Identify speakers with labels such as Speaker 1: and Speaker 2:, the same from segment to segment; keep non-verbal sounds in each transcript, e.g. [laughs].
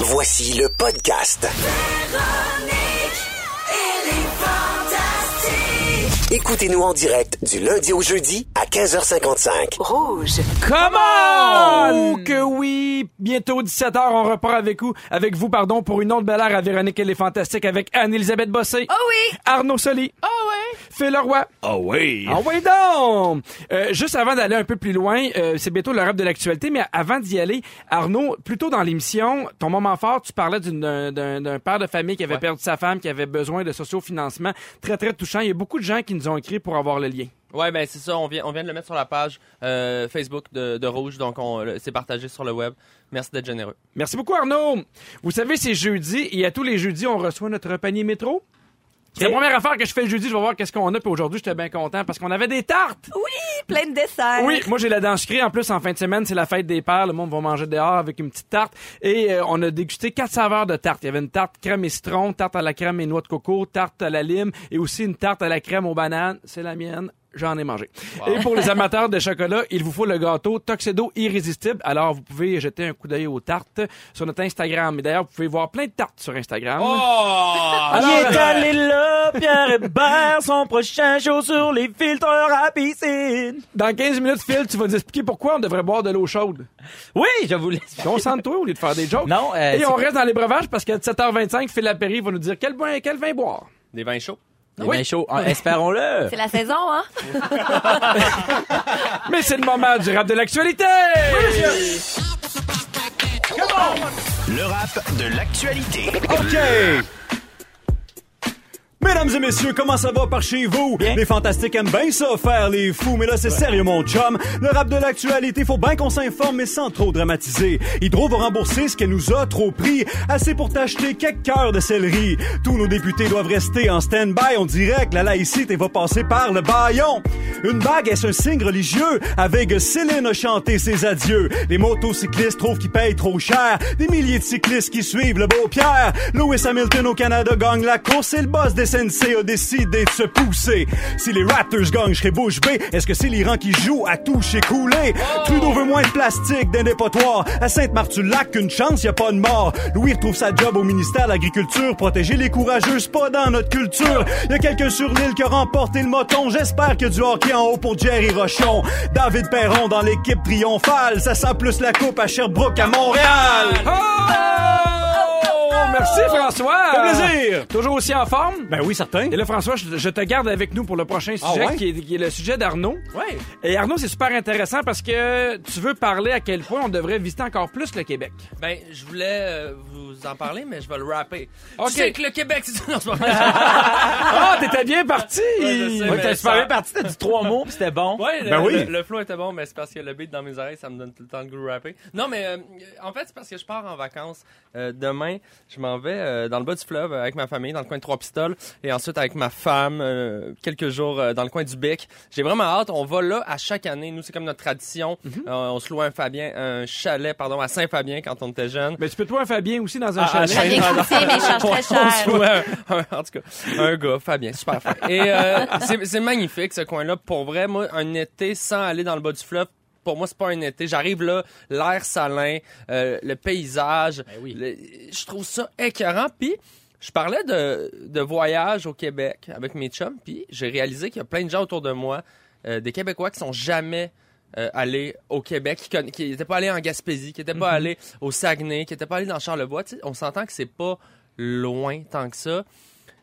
Speaker 1: Voici le podcast. Écoutez-nous en direct du lundi au jeudi à 15h55.
Speaker 2: Rouge.
Speaker 3: Comment Oh, que oui! Bientôt 17h, on repart avec vous, avec vous pardon, pour une autre belle heure à Véronique et les Fantastiques avec Anne-Elisabeth Bossé.
Speaker 4: Oh oui!
Speaker 3: Arnaud Soli.
Speaker 4: Oh oui!
Speaker 3: Phil Leroy.
Speaker 5: Ah oui!
Speaker 3: Ah oui donc! Euh, juste avant d'aller un peu plus loin, euh, c'est bientôt le rap de l'actualité, mais avant d'y aller, Arnaud, plus tôt dans l'émission, ton moment fort, tu parlais d'une- d'un d'un- d'un père de famille qui avait perdu sa femme, qui avait besoin de sociofinancement. Très, très touchant. Il y a beaucoup de gens qui nous ont écrit pour avoir le lien.
Speaker 6: Ouais, ben c'est ça, on vient, on vient de le mettre sur la page euh, Facebook de, de Rouge, donc on le- c'est partagé sur le web. Merci d'être généreux.
Speaker 3: Merci beaucoup, Arnaud. Vous savez, c'est jeudi et à tous les jeudis, on reçoit notre panier métro. C'est la première affaire que je fais le jeudi. Je vais voir qu'est-ce qu'on a. Puis aujourd'hui, j'étais bien content parce qu'on avait des tartes.
Speaker 4: Plein de desserts.
Speaker 3: Oui, moi j'ai la dent sucrée. En plus, en fin de semaine, c'est la fête des pères. Le monde va manger dehors avec une petite tarte. Et euh, on a dégusté quatre saveurs de tarte. Il y avait une tarte crème et citron, tarte à la crème et noix de coco, tarte à la lime et aussi une tarte à la crème aux bananes. C'est la mienne. J'en ai mangé. Et pour les amateurs de chocolat, il vous faut le gâteau Tuxedo irrésistible. Alors, vous pouvez jeter un coup d'œil aux tartes sur notre Instagram. Et d'ailleurs, vous pouvez voir plein de tartes sur Instagram.
Speaker 5: Oh!
Speaker 3: Alors,
Speaker 7: Il est allé là, Pierre Hébert, son prochain show sur les filtres à piscine.
Speaker 3: dans 15 minutes, Phil, tu vas nous expliquer pourquoi on devrait boire de l'eau chaude.
Speaker 7: Oui, je vous laisse.
Speaker 3: Concentre-toi au lieu de faire des jokes.
Speaker 7: Non, euh,
Speaker 3: Et on
Speaker 7: c'est-
Speaker 3: reste dans les breuvages parce qu'à 17h25, Phil Lapéry va nous dire quel vin, quel vin boire.
Speaker 6: Des vins chauds.
Speaker 7: Il est bien chaud, hein, [laughs] espérons-le.
Speaker 4: C'est la saison, hein?
Speaker 3: Mais c'est le moment du rap de l'actualité!
Speaker 1: Le rap de l'actualité.
Speaker 7: OK!
Speaker 8: Mesdames et messieurs, comment ça va par chez vous? Les fantastiques aiment bien ça, faire les fous, mais là, c'est sérieux, mon chum. Le rap de l'actualité, faut bien qu'on s'informe, mais sans trop dramatiser. Hydro va rembourser ce qu'elle nous a trop pris, assez pour t'acheter quelques cœurs de céleri. Tous nos députés doivent rester en stand-by, on dirait que la laïcité va passer par le baillon. Une bague, est-ce un signe religieux? Avec Céline a chanté ses adieux. Les motocyclistes trouvent qu'ils payent trop cher. Des milliers de cyclistes qui suivent le beau Pierre. Lewis Hamilton au Canada gagne la course et le boss des SNC a décidé de se pousser. Si les Raptors gagnent, je serai bouche bée. Est-ce que c'est l'Iran qui joue à toucher couler? Trudeau veut moins de plastique dans les potoirs. À Sainte-Marthe-du-Lac, une chance, y a pas de mort. Louis retrouve sa job au ministère de l'Agriculture. Protéger les courageux, c'est pas dans notre culture. Y a quelqu'un sur l'île qui a remporté le moton. J'espère que du hockey en haut pour Jerry Rochon. David Perron dans l'équipe triomphale. Ça sent plus la coupe à Sherbrooke qu'à Montréal.
Speaker 3: Oh! Merci, François!
Speaker 8: Fait plaisir!
Speaker 3: Toujours aussi en forme?
Speaker 8: Ben oui, certain.
Speaker 3: Et là, François, je, je te garde avec nous pour le prochain sujet,
Speaker 8: Ah ouais?
Speaker 3: qui, est, qui est le sujet d'Arnaud.
Speaker 6: Ouais.
Speaker 3: Et Arnaud, c'est super intéressant parce que tu veux parler à quel point on devrait visiter encore plus le Québec.
Speaker 6: Ben, je voulais euh, vous en parler, mais je vais le rapper.
Speaker 3: Ok.
Speaker 6: Tu sais que le Québec, c'est Non, c'est pas vrai.
Speaker 3: [laughs] Ah, t'étais bien parti!
Speaker 6: je sais,
Speaker 3: Ouais,
Speaker 6: mais
Speaker 3: t'as super
Speaker 6: ça-
Speaker 3: bien
Speaker 7: Première partie, t'as dit trois mots, puis c'était bon.
Speaker 6: Ouais, le,
Speaker 8: Ben oui.
Speaker 6: le, le flow était bon, mais c'est parce que le beat dans mes oreilles, ça me donne tout le temps le goût de rapper. Non, mais euh, en fait, c'est parce que je pars en vacances. Euh, demain, je m'en vais euh, dans le bas du fleuve euh, avec ma famille, dans le coin de Trois-Pistoles, et ensuite avec ma femme, euh, quelques jours euh, dans le coin du Bec. J'ai vraiment hâte. On va là à chaque année. Nous, c'est comme notre tradition.
Speaker 8: Mhm.
Speaker 6: Euh, on se loue un, Fabien, un chalet pardon, à Saint-Fabien quand on était jeune.
Speaker 3: Mais tu peux toi un Fabien aussi dans un
Speaker 8: Ah,
Speaker 3: chalet.
Speaker 4: Fabien
Speaker 8: ah,
Speaker 4: Coutier, mais il change très cher.
Speaker 6: Ouais, un- un- en tout cas, un gars, Fabien, super fin. Et euh, c'est- c'est magnifique ce coin-là. Pour vrai, moi, un été sans aller dans le bas du fleuve, pour moi, c'est pas un été. J'arrive là, l'air salin, euh, le paysage. le- je trouve ça écœurant. Puis, je parlais de, de voyage au Québec avec mes chums, puis j'ai réalisé qu'il y a plein de gens autour de moi, euh, des Québécois qui sont jamais euh, allés au Québec, qui conna- qui n'étaient pas allés en Gaspésie, qui n'étaient pas allés au Saguenay, qui n'étaient pas allés dans Charlevoix. Tu sais, on s'entend que c'est pas loin tant que ça.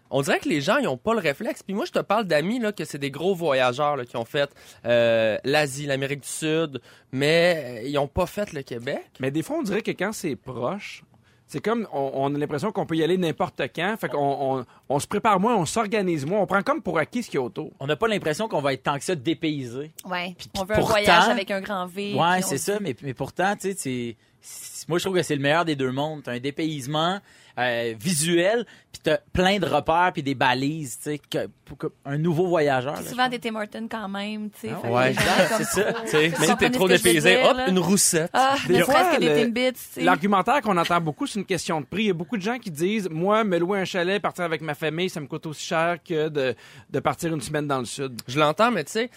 Speaker 6: On dirait que les gens, ils ont pas le réflexe. Puis moi, je te parle d'amis, là, que c'est des gros voyageurs, là, qui ont fait euh, l'Asie, l'Amérique du Sud, mais euh, ils ont pas fait le Québec.
Speaker 3: Mais des fois, on dirait que quand c'est proche, c'est comme on, on a l'impression qu'on peut y aller n'importe quand. Fait qu'on on, on se prépare moins, on s'organise moins, on prend comme pour acquis ce qu'il y a autour.
Speaker 7: On n'a pas l'impression qu'on va être tant que ça dépaysé.
Speaker 4: Ouais.
Speaker 7: Puis
Speaker 4: on veut un
Speaker 7: pourtant-
Speaker 4: voyage avec un grand V.
Speaker 7: Ouais,
Speaker 4: puis on-
Speaker 7: c'est ça, mais, mais pourtant, tu sais, c'est- c'est- moi je trouve que c'est le meilleur des deux mondes. T'as un dépaysement euh, visuel, puis t'as plein de repères, puis des balises, tu sais, que- pour que- un nouveau voyageur.
Speaker 4: Puis
Speaker 7: là,
Speaker 4: souvent des Tim Hortons quand même, tu sais. Fait que
Speaker 7: ouais.
Speaker 4: les gens, ils
Speaker 7: C'est
Speaker 4: sont
Speaker 7: ça.
Speaker 4: comme-
Speaker 7: Tu sais,
Speaker 4: Vous
Speaker 6: Mais si t'es
Speaker 4: comprenez
Speaker 6: trop
Speaker 4: ce que je veux
Speaker 6: dépaysé,
Speaker 4: dire,
Speaker 6: hop,
Speaker 4: là?
Speaker 6: une roussette.
Speaker 4: Ah, ne
Speaker 3: fois,
Speaker 4: serait-ce que
Speaker 3: le-
Speaker 4: des Timbits, tu sais.
Speaker 3: L'argumentaire qu'on entend beaucoup, c'est une question de prix. Il y a beaucoup de gens qui disent Moi, me louer un chalet, partir avec ma famille, ça me coûte aussi cher que de, de partir une semaine dans le sud.
Speaker 4: Mm-hmm.
Speaker 6: Je l'entends, mais tu sais,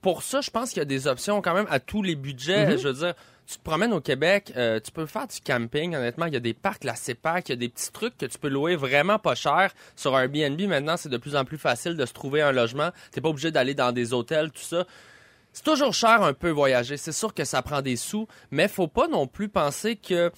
Speaker 6: pour ça, je pense qu'il y a des options quand même à tous les budgets. Je veux dire, tu tu te promènes au Québec, euh, tu peux faire du camping. Honnêtement, il y a des parcs, la CEPAC, il y a des petits trucs que tu peux louer vraiment pas cher. Sur Airbnb, maintenant, c'est de plus en plus facile de se trouver un logement. T'es pas obligé d'aller dans des hôtels, tout ça. C'est toujours cher un peu voyager. C'est sûr que ça prend des sous, mais faut pas non plus penser que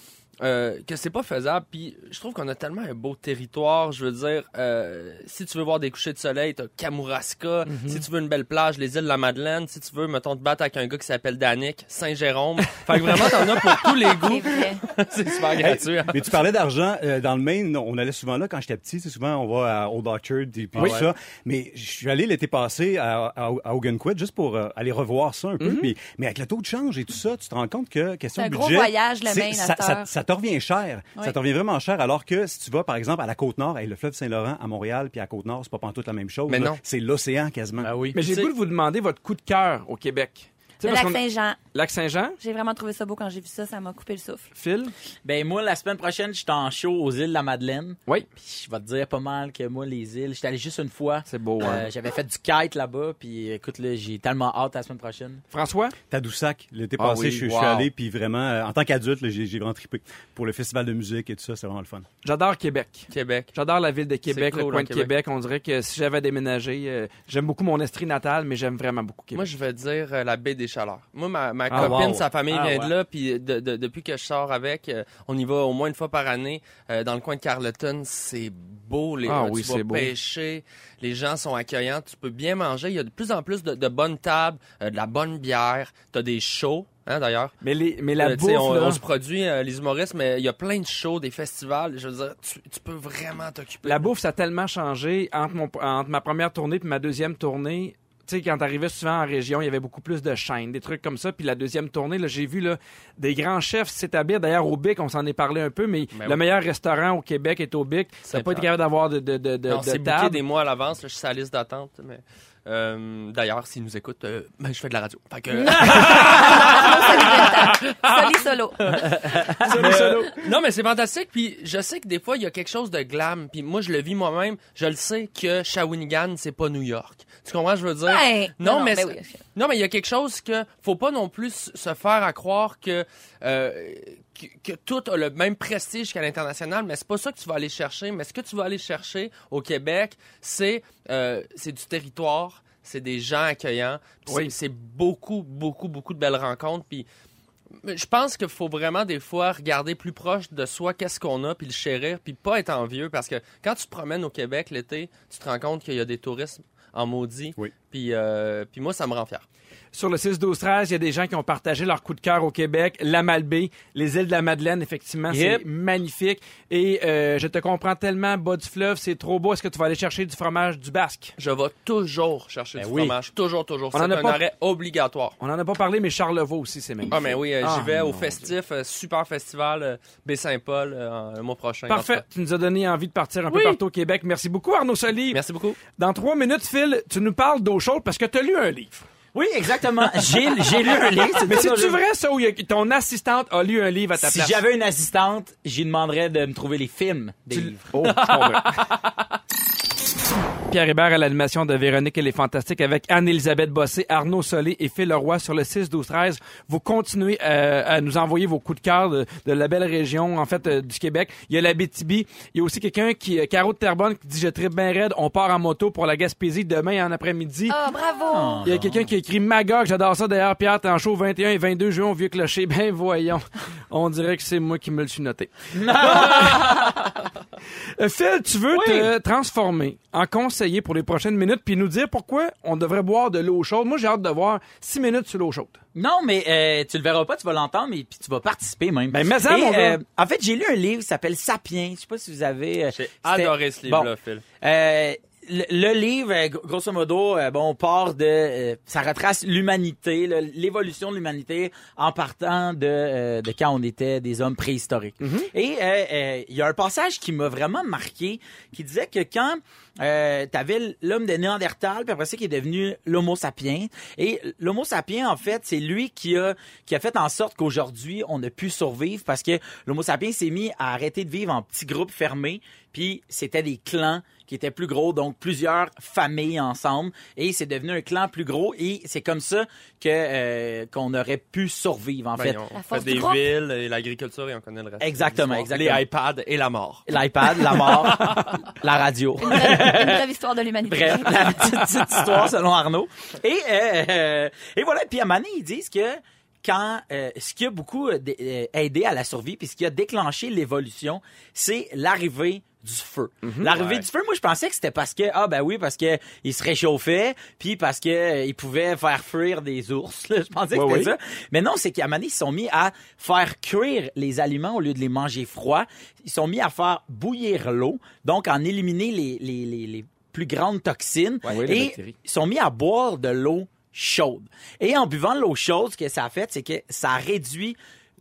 Speaker 6: euh, que c'est pas faisable. Puis je trouve qu'on a tellement un beau territoire. Je veux dire, euh, si tu veux voir des couchers de soleil, t'as Kamouraska. Si tu veux une belle plage, les îles de la Madeleine. Si tu veux, mettons, te battre avec un gars qui s'appelle Danick, Saint-Jérôme. fait que vraiment, t'en
Speaker 4: [laughs]
Speaker 6: as pour tous les
Speaker 4: C'est
Speaker 6: goûts.
Speaker 4: vrai.
Speaker 6: [laughs] c'est super
Speaker 8: Hey,
Speaker 6: gratuit. hein.
Speaker 8: mais tu parlais d'argent. euh, dans le Maine, on allait souvent là quand j'étais petit. C'est souvent, on va à Old Orchard et puis tout ça. Mais je suis allé l'été passé à, à, à Ogunquit juste pour euh, aller revoir ça un
Speaker 6: Mhm.
Speaker 8: peu. Puis- mais avec le taux de change et tout ça, tu te rends compte que, question
Speaker 4: C'est un
Speaker 8: de
Speaker 4: gros
Speaker 8: budget,
Speaker 4: voyage, le
Speaker 8: c'est-
Speaker 4: Maine, à
Speaker 8: ça,
Speaker 4: cette
Speaker 8: ça,
Speaker 4: heure.
Speaker 8: ça te revient cher.
Speaker 4: Oui.
Speaker 8: Ça te revient vraiment cher. Alors que si tu vas, par exemple, à la Côte-Nord, et le fleuve Saint-Laurent, à Montréal, puis à Côte-Nord, c'est pas pantoute la même chose.
Speaker 6: Mais
Speaker 8: là.
Speaker 6: non. Ah
Speaker 8: C'est l'océan quasiment.
Speaker 7: Ben oui.
Speaker 3: Mais j'ai
Speaker 6: Tu
Speaker 3: le
Speaker 6: sais-
Speaker 3: goût de vous demander votre coup de cœur au Québec. Tu sais,
Speaker 4: Le
Speaker 3: parce
Speaker 4: lac
Speaker 3: qu'on-
Speaker 4: Saint-Jean.
Speaker 3: Lac Saint-Jean,
Speaker 4: J'ai vraiment trouvé ça beau quand j'ai vu ça. Ça m'a coupé le souffle.
Speaker 3: Phil.
Speaker 7: Ben moi, la semaine prochaine, je suis en show aux îles de la Madeleine.
Speaker 3: Oui.
Speaker 7: Puis je vais te dire pas mal que moi, les îles, j'étais allé juste une fois.
Speaker 3: C'est beau, hein.
Speaker 7: Euh, J'avais fait du kite là-bas, puis écoute, là, j'ai tellement hâte à la semaine prochaine.
Speaker 3: François?
Speaker 8: Tadoussac, l'été
Speaker 6: Ah
Speaker 8: passé,
Speaker 6: oui,
Speaker 8: je, suis- je
Speaker 6: wow.
Speaker 8: suis allé, puis vraiment, euh, en tant qu'adulte, là, j'ai j'ai vraiment trippé. Pour le festival de musique et tout ça, c'est vraiment le fun.
Speaker 3: J'adore Québec.
Speaker 6: Québec.
Speaker 3: J'adore la ville de Québec,
Speaker 6: cool,
Speaker 3: le coin
Speaker 6: hein,
Speaker 3: de Québec. On dirait que si j'avais déménagé, euh, j'aime beaucoup mon estrie natale, mais j'aime vraiment beaucoup Québec.
Speaker 6: Moi, je vais dire euh, la baie des Chaleurs. Moi, ma, ma
Speaker 3: Ah,
Speaker 6: copine,
Speaker 3: wow.
Speaker 6: sa famille
Speaker 7: Ah,
Speaker 6: vient
Speaker 7: ouais.
Speaker 6: de là, puis de- de- depuis que je sors avec, euh, on y va au moins une fois par année euh, dans le coin de Carleton. C'est beau, les
Speaker 3: Ah
Speaker 6: tu
Speaker 3: oui,
Speaker 6: vas
Speaker 3: c'est beau.
Speaker 6: pêcher, les gens sont accueillants, tu peux bien manger. Il y a de plus en plus de, de bonnes tables, euh, de la bonne bière, t'as des shows, hein, d'ailleurs.
Speaker 3: Mais, les, mais la
Speaker 6: Euh, tu
Speaker 3: bouffe,
Speaker 6: sais, on,
Speaker 3: là,
Speaker 6: on se produit, euh, les humoristes, mais il y a plein de shows, des festivals. Je veux dire, tu, tu peux vraiment t'occuper.
Speaker 3: la bouffe, ça a tellement changé entre, mon- entre ma première tournée et ma deuxième tournée. Tu sais, quand t'arrivais souvent en région, il y avait beaucoup plus de chaînes, des trucs comme ça. Puis la deuxième tournée, là, j'ai vu là, des grands chefs s'établir. D'ailleurs, au Bic, on s'en est parlé un peu, mais
Speaker 6: Ben
Speaker 3: le
Speaker 6: oui.
Speaker 3: meilleur restaurant au Québec est au Bic. T'as pas été
Speaker 6: Saint-Pierre.
Speaker 3: capable d'avoir de, de, de, de,
Speaker 6: Non,
Speaker 3: de
Speaker 6: c'est booké
Speaker 3: table.
Speaker 6: des mois à l'avance. là, Je suis sur la liste d'attente. Mais... euh, D'ailleurs, s'ils nous écoutent, euh, ben, je fais de la radio. Fait que-
Speaker 3: [laughs]
Speaker 4: Soli solo.
Speaker 6: Mais, euh, non, mais c'est fantastique. Puis je sais que des fois, il y a quelque chose de glam. Puis moi, je le vis moi-même. Je le sais que Shawinigan, c'est pas New York. Tu comprends, ce que je veux dire?
Speaker 4: Ben,
Speaker 6: non,
Speaker 4: non,
Speaker 6: mais
Speaker 4: ben
Speaker 6: c'est-
Speaker 4: oui, ok.
Speaker 6: non, mais il y a quelque chose que faut pas non plus se faire à croire que euh, que, que tout a le même prestige qu'à l'international, mais c'est pas ça que tu vas aller chercher. Mais ce que tu vas aller chercher au Québec, c'est euh, c'est du territoire, c'est des gens accueillants, puis
Speaker 3: Oui.
Speaker 6: c'est- c'est beaucoup, beaucoup, beaucoup de belles rencontres. Puis mais je pense qu'il faut vraiment des fois regarder plus proche de soi qu'est-ce qu'on a puis le chérir puis pas être envieux parce que quand tu te promènes au Québec l'été, tu te rends compte qu'il y a des touristes en maudit.
Speaker 8: Oui.
Speaker 6: Puis euh, puis moi ça me rend fier.
Speaker 3: Sur le 6-12-13, il y a des gens qui ont partagé leur coup de cœur au Québec, la Malbaie, les îles de la Madeleine, effectivement, c'est
Speaker 7: Yep.
Speaker 3: magnifique. Et euh, je te comprends tellement, bas du fleuve, c'est trop beau. Est-ce que tu vas aller chercher du fromage du Basque?
Speaker 6: Je vais toujours chercher
Speaker 7: Ben
Speaker 6: du
Speaker 7: oui.
Speaker 6: fromage, toujours toujours,
Speaker 3: On
Speaker 6: c'est
Speaker 3: en a
Speaker 6: un
Speaker 3: pas-
Speaker 6: arrêt obligatoire.
Speaker 3: On en a pas parlé, mais Charlevoix aussi, c'est magnifique.
Speaker 6: Ah mais oui, euh,
Speaker 3: Ah,
Speaker 6: j'y vais au
Speaker 3: mon
Speaker 6: festif euh, super festival euh, Baie-Saint-Paul euh, en- le mois prochain. en
Speaker 3: Parfait.
Speaker 6: tout
Speaker 3: Tu nous as donné envie de partir un peu
Speaker 6: Oui.
Speaker 3: partout au Québec. Merci beaucoup, Arnaud Soli.
Speaker 6: cas. Merci beaucoup.
Speaker 3: Dans trois minutes, Phil, tu nous parles d'eau chaude parce que tu as lu un livre.
Speaker 7: Oui, exactement. J'ai j'ai lu un livre.
Speaker 3: Mais
Speaker 7: tout ça,
Speaker 3: c'est-tu
Speaker 7: je-
Speaker 3: vrai, ça, où il y a- ton assistante a lu un livre à ta
Speaker 7: Si
Speaker 3: place?
Speaker 7: j'avais une assistante, j'y demanderais de me trouver les films des livres.
Speaker 3: Oh, je comprends. [laughs] Pierre Hébert à l'animation de Véronique et les Fantastiques avec Anne-Elisabeth Bossé, Arnaud Solé et Phil Leroy sur le 6-12-13. Vous continuez euh, à nous envoyer vos coups de cœur de, de la belle région, en fait, euh, du Québec. Il y a la BTB. Il y a aussi quelqu'un qui, euh, Caro de Terbonne, qui dit « Je tripe bien raide, on part en moto pour la Gaspésie demain en après-midi.
Speaker 4: Ah, bravo.
Speaker 3: Il y a quelqu'un qui a écrit Magog, j'adore ça d'ailleurs, Pierre, t'es en show 21 et 22 juin au Vieux Clocher. Ben voyons, on dirait que c'est moi qui me le suis [laughs] noté. Euh, Phil, tu veux te transformer en conseiller pour les prochaines minutes puis nous dire pourquoi on devrait boire de l'eau chaude. Moi, j'ai hâte de voir 6 minutes sur l'eau chaude.
Speaker 7: Non, mais euh, tu le verras pas, tu vas l'entendre, mais puis tu vas participer même.
Speaker 3: Ben, mais ça,
Speaker 7: Et, euh,
Speaker 3: mon gars.
Speaker 7: En fait, j'ai lu un livre qui s'appelle Sapiens. Je sais pas si vous avez. euh,
Speaker 6: J'ai
Speaker 7: c'était-
Speaker 6: adoré ce livre là, Phil.
Speaker 7: Euh, le, le livre, euh, gr- grosso modo, euh, bon, on part de, euh, ça retrace l'humanité, là, l'évolution de l'humanité en partant de, euh, de quand on était des hommes préhistoriques. Et euh, euh, il y a un passage qui m'a vraiment marqué, qui disait que quand euh, t'avais l'homme de Néandertal, puis après ça qui est devenu l'Homo sapiens, et l'Homo sapiens en fait, c'est lui qui a qui a fait en sorte qu'aujourd'hui on a pu survivre parce que l'Homo sapiens s'est mis à arrêter de vivre en petits groupes fermés, puis c'était des clans qui étaient plus gros, donc donc plusieurs familles ensemble, et c'est devenu un clan plus gros, et c'est comme ça que euh, qu'on aurait pu survivre, en fait.
Speaker 6: Ben, on
Speaker 4: La
Speaker 6: fait
Speaker 4: force
Speaker 6: des
Speaker 4: du groupe.
Speaker 6: villes et l'agriculture et on connaît le reste.
Speaker 7: Exactement,
Speaker 6: de l'histoire.
Speaker 7: exactement.
Speaker 6: Les iPads et la mort.
Speaker 7: L'iPad, la mort, la radio.
Speaker 4: Une brève, une brève histoire de l'humanité.
Speaker 7: Bref, la petite, petite histoire selon Arnaud. Et, euh, euh, et voilà, puis à Mané, ils disent que quand euh, ce qui a beaucoup euh, dé- euh, aidé à la survie, puis ce qui a déclenché l'évolution, c'est l'arrivée du feu.
Speaker 8: Mhm.
Speaker 7: L'arrivée
Speaker 6: Ouais.
Speaker 7: du feu, moi je pensais que c'était parce que ah ben oui parce que il se réchauffait, puis parce que euh, il pouvait faire fuir des ours. là. je pensais que
Speaker 8: Ouais,
Speaker 7: c'était
Speaker 8: oui.
Speaker 7: ça. Mais non, c'est qu'à Mané, ils se sont mis à faire cuire les aliments au lieu de les manger froids. Ils se sont mis à faire bouillir l'eau, donc en éliminer les, les, les, les plus grandes toxines.
Speaker 8: oui, les
Speaker 7: et
Speaker 8: bactéries.
Speaker 7: ils sont mis à boire de l'eau chaude. Et en buvant de l'eau chaude, ce que ça a fait, c'est que ça a réduit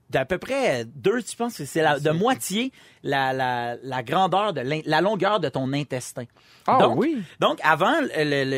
Speaker 7: d'à peu près deux, tu penses que c'est la- de moitié la, la, la grandeur, de l'in- la longueur de ton intestin.
Speaker 3: Ah
Speaker 7: donc,
Speaker 3: oui.
Speaker 7: donc, avant, le-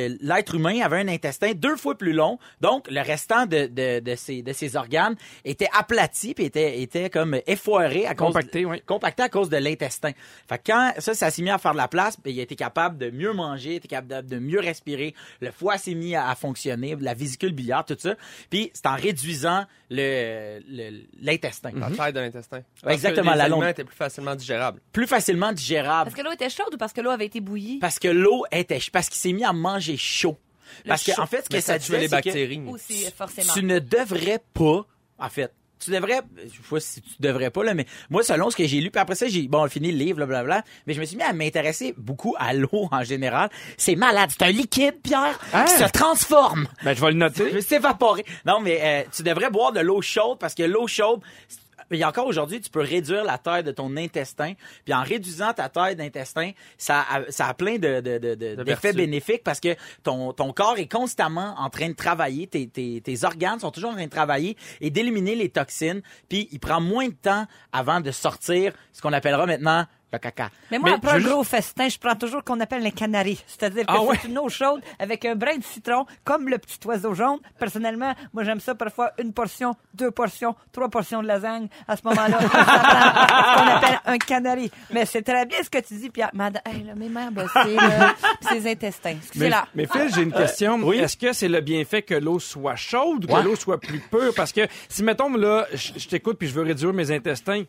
Speaker 7: le- l'être humain avait un intestin deux fois plus long. Donc, le restant de, de, de, ses, de ses organes était aplati puis était, était comme effoiré à cause
Speaker 3: Compacté,
Speaker 7: de,
Speaker 3: oui.
Speaker 7: compacté à cause de l'intestin. Fait que quand ça, ça s'est mis à faire de la place, puis il était capable de mieux manger, il était capable de mieux respirer. Le foie s'est mis à, à fonctionner, la vésicule biliaire, tout ça. Puis c'est en réduisant le- le- l'intestin.
Speaker 6: La taille de l'intestin. Mhm. Parce
Speaker 7: exactement,
Speaker 6: que les
Speaker 7: la
Speaker 6: aliments
Speaker 7: longue-
Speaker 6: étaient plus facilement digérables.
Speaker 7: Plus facilement digérable.
Speaker 4: Parce que l'eau était chaude ou parce que l'eau avait été bouillie?
Speaker 7: Parce que l'eau était... Parce qu'il s'est mis à manger chaud. Parce que,
Speaker 4: chaud.
Speaker 7: en fait, ce que
Speaker 6: Mais
Speaker 7: ça,
Speaker 6: ça tuait
Speaker 7: disait,
Speaker 6: les
Speaker 7: c'est que-
Speaker 6: bactéries.
Speaker 4: Aussi, forcément.
Speaker 7: Tu ne devrais pas, en fait. Tu devrais, je sais pas si tu devrais pas, là, mais moi, selon ce que j'ai lu, puis après ça, j'ai, bon, fini le livre, blablabla, mais je me suis mis à m'intéresser beaucoup à l'eau en général. C'est malade. C'est un liquide, Pierre, qui se transforme.
Speaker 3: Ben, je vais le noter.
Speaker 7: Je s'évaporer. Non, mais euh, tu devrais boire de l'eau chaude parce que l'eau chaude. c'est- Il y a encore aujourd'hui, tu peux réduire la taille de ton intestin. Puis en réduisant ta taille d'intestin, ça a, ça a plein de, de, de- de- d'effets
Speaker 6: vertus.
Speaker 7: bénéfiques parce que ton, ton corps est constamment en train de travailler. Tes, tes, tes organes sont toujours en train de travailler et d'éliminer les toxines. Puis il prend moins de temps avant de sortir ce qu'on appellera maintenant le caca.
Speaker 2: Mais moi,
Speaker 3: Mais
Speaker 2: après un
Speaker 3: je veux juste-
Speaker 2: gros festin, je prends toujours qu'on appelle les canaries. C'est-à-dire que
Speaker 3: Ah
Speaker 2: c'est
Speaker 3: ouais?
Speaker 2: une eau chaude avec un brin de citron, comme le petit oiseau jaune. Personnellement, moi, j'aime ça parfois une portion, deux portions, trois portions de lasagne. À ce moment-là, on s'attend à ce qu'on appelle un canari. Mais c'est très bien ce que tu dis, Pierre.
Speaker 4: Madame, hey, là, mes mères bossaient, là, pis ses intestins.
Speaker 3: Mais,
Speaker 4: Excusez-la.
Speaker 3: mais Phil, j'ai une question. Est-ce que c'est le bienfait que l'eau soit chaude ou que l'eau soit plus pure? Parce que si, mettons, là, je je t'écoute puis je veux réduire mes intestins,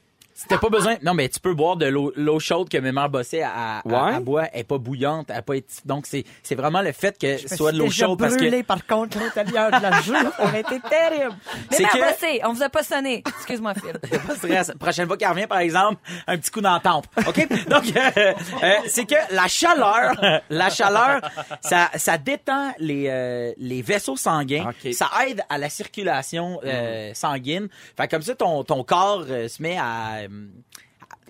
Speaker 7: T'as pas besoin. Non, mais tu peux boire de l'eau l'eau chaude que Mémère Bossé à, à,
Speaker 3: Ouais.
Speaker 7: à boire. Elle est pas bouillante, elle est pas éti- Donc, c'est c'est vraiment le fait que ce
Speaker 2: Je me
Speaker 7: soit de
Speaker 2: suis
Speaker 7: l'eau
Speaker 2: déjà
Speaker 7: chaude parce que.
Speaker 2: brûlé, par contre, l'intérieur
Speaker 7: [laughs]
Speaker 2: de la joue. Ça aurait été terrible.
Speaker 4: Mes
Speaker 7: c'est
Speaker 4: mères
Speaker 7: que-
Speaker 4: bossaient, on vous a pas sonné. Excuse-moi, Phil.
Speaker 7: T'as pas de stress. Prochaine fois qu'elle revient, par exemple, un petit coup dans la tempe. OK? Donc, euh, euh, c'est que la chaleur, la chaleur, ça, ça détend les, euh, les vaisseaux sanguins.
Speaker 3: OK. Mm.
Speaker 7: Ça aide à la circulation euh, sanguine. Fait que comme ça, ton, ton corps euh, se met à. euh,